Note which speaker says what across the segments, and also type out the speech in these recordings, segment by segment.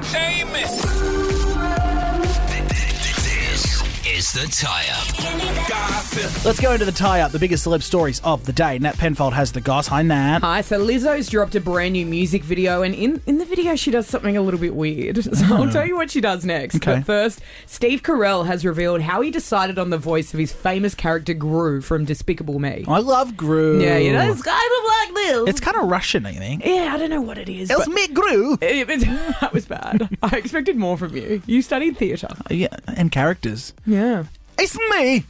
Speaker 1: Seamus.
Speaker 2: This is the tie up.
Speaker 1: Garfield.
Speaker 3: Let's go into the tie up, the biggest celeb stories of the day. Nat Penfold has the goss. Hi, Nat.
Speaker 4: Hi, so Lizzo's dropped a brand new music video, and in, in the video, she does something a little bit weird. So I'll tell you what she does next.
Speaker 3: Okay.
Speaker 4: But first, Steve Carell has revealed how he decided on the voice of his famous character Gru from Despicable Me.
Speaker 3: I love Gru.
Speaker 4: Yeah, you know, it's kind of like this.
Speaker 3: It's kind of Russian, I think.
Speaker 4: yeah, I don't know what it is.
Speaker 3: It's me, Gru.
Speaker 4: but- it- it- that was bad. I expected more from you. You studied theatre.
Speaker 3: Yeah, and characters.
Speaker 4: Yeah.
Speaker 3: It's me.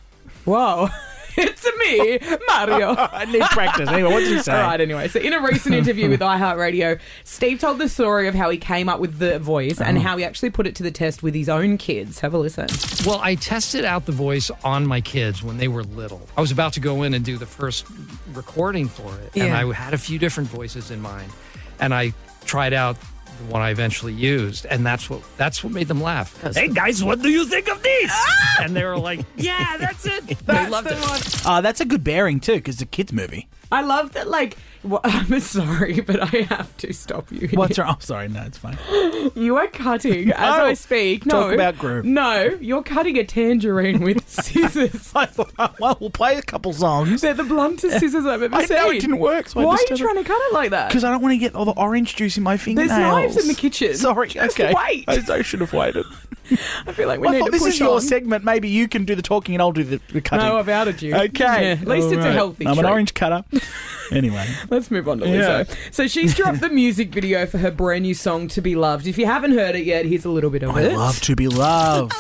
Speaker 4: Wow. It's a me, Mario.
Speaker 3: I need practice. Anyway, what did you say?
Speaker 4: All right, anyway. So, in a recent interview with iHeartRadio, Steve told the story of how he came up with the voice
Speaker 3: Oh.
Speaker 4: and how he actually put it to the test with his own kids. Have a listen.
Speaker 5: Well, I tested out the voice on my kids when they were little. I was about to go in and do the first recording for it, and
Speaker 4: Yeah.
Speaker 5: I had a few different voices in mind, and I tried out the one I eventually used, and that's what that's what made them laugh. hey guys, what do you think of this? and they were like, "Yeah, that's it." they loved it.
Speaker 3: Uh, that's a good bearing, too, because it's a kid's movie.
Speaker 4: I love that, like, wha- I'm sorry, but I have to stop you. here.
Speaker 3: What's wrong? Oh, sorry. No, it's fine.
Speaker 4: You are cutting as
Speaker 3: No.
Speaker 4: I speak. No,
Speaker 3: Talk about Gru.
Speaker 4: No, you're cutting a tangerine with scissors.
Speaker 3: I thought, oh, well, we'll play a couple songs.
Speaker 4: They're the bluntest scissors I've ever
Speaker 3: I
Speaker 4: seen.
Speaker 3: know it didn't work, so I
Speaker 4: Why are
Speaker 3: just
Speaker 4: you
Speaker 3: did it.
Speaker 4: trying to cut it like that?
Speaker 3: Because I don't want to get all the orange juice in my
Speaker 4: There's
Speaker 3: fingernails.
Speaker 4: knives in the kitchen.
Speaker 3: Sorry,
Speaker 4: Just
Speaker 3: okay.
Speaker 4: wait.
Speaker 3: I, I should have waited.
Speaker 4: I feel like we
Speaker 3: I
Speaker 4: need
Speaker 3: thought
Speaker 4: to
Speaker 3: this
Speaker 4: push
Speaker 3: is your
Speaker 4: on.
Speaker 3: segment. Maybe you can do the talking and I'll do the, the cutting.
Speaker 4: No, I've outed you.
Speaker 3: Okay.
Speaker 4: Yeah, at least
Speaker 3: All
Speaker 4: it's a
Speaker 3: right.
Speaker 4: healthy
Speaker 3: I'm an
Speaker 4: treat.
Speaker 3: orange cutter. anyway.
Speaker 4: Let's move on to
Speaker 3: Yeah.
Speaker 4: Lizzo. So she's dropped the music video for her brand new song "To Be Loved." If you haven't heard it yet, here's a little bit of
Speaker 3: I
Speaker 4: it.
Speaker 3: love to be loved.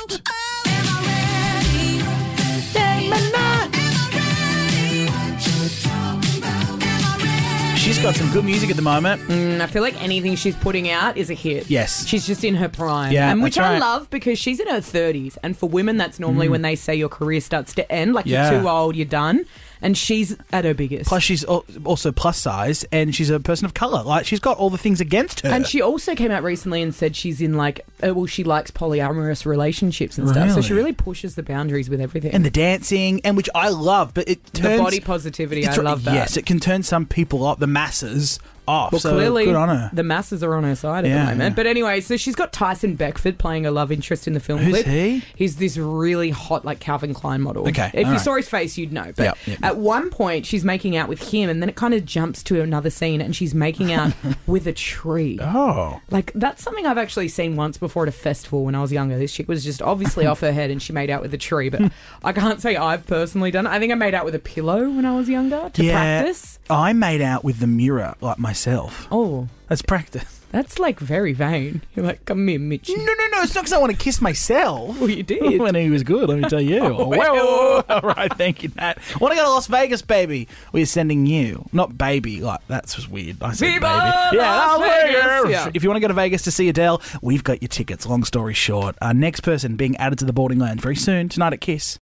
Speaker 3: She's got some good music at the moment.
Speaker 4: And Mm, I feel like anything she's putting out is a hit.
Speaker 3: Yes.
Speaker 4: she's just in her prime.
Speaker 3: Yeah,
Speaker 4: and
Speaker 3: that's
Speaker 4: which I
Speaker 3: right. Mm.
Speaker 4: love because she's in her thirties, and for women, that's normally when they say your career starts to end. Like
Speaker 3: Yeah.
Speaker 4: you're too old, you're done. And she's at her biggest.
Speaker 3: Plus, she's al- also plus size, and she's a person of color. Like, she's got all the things against her.
Speaker 4: And she also came out recently and said she's in like, uh, well, she likes polyamorous relationships and stuff. So she
Speaker 3: Really?
Speaker 4: really pushes the boundaries with everything.
Speaker 3: and the dancing, and which I love, but it turns
Speaker 4: body positivity, I
Speaker 3: it's-
Speaker 4: love that.
Speaker 3: Yes, it can turn some people off, the masses off.
Speaker 4: Well,
Speaker 3: so
Speaker 4: clearly,
Speaker 3: good on her.
Speaker 4: the masses are on her side at
Speaker 3: Yeah,
Speaker 4: the moment.
Speaker 3: yeah.
Speaker 4: But anyway, so she's got Tyson Beckford playing a love interest in the film.
Speaker 3: Who's
Speaker 4: clip.
Speaker 3: he?
Speaker 4: He's this really hot, like Calvin Klein model.
Speaker 3: Okay,
Speaker 4: If you
Speaker 3: alright.
Speaker 4: saw his face, you'd know. But
Speaker 3: Yep, yep.
Speaker 4: at one point, she's making out with him, and then it kind of jumps to another scene, and she's making out with a tree.
Speaker 3: oh,
Speaker 4: Like that's something I've actually seen once before at a festival when I was younger. This chick was just obviously off her head and she made out with a tree, but I can't say I've personally done it. I think I made out with a pillow when I was younger to
Speaker 3: yeah.
Speaker 4: practice.
Speaker 3: I made out with the mirror, like myself.
Speaker 4: Oh,
Speaker 3: That's practice.
Speaker 4: that's like very vain. You're like, come here, Mitch.
Speaker 3: No, no, no. It's not because I want to kiss myself.
Speaker 4: Well, you did.
Speaker 3: when he was good, let me tell you. oh, well. All right, thank you, Nat. Want to go to Las Vegas, baby? We're sending you, not baby. Like that's just weird. I said
Speaker 4: Viva
Speaker 3: baby.
Speaker 4: Las Vegas, yeah.
Speaker 3: If you want to go to Vegas to see Adele, we've got your tickets. Long story short, our next person being added to the boarding lounge very soon tonight at Kiss.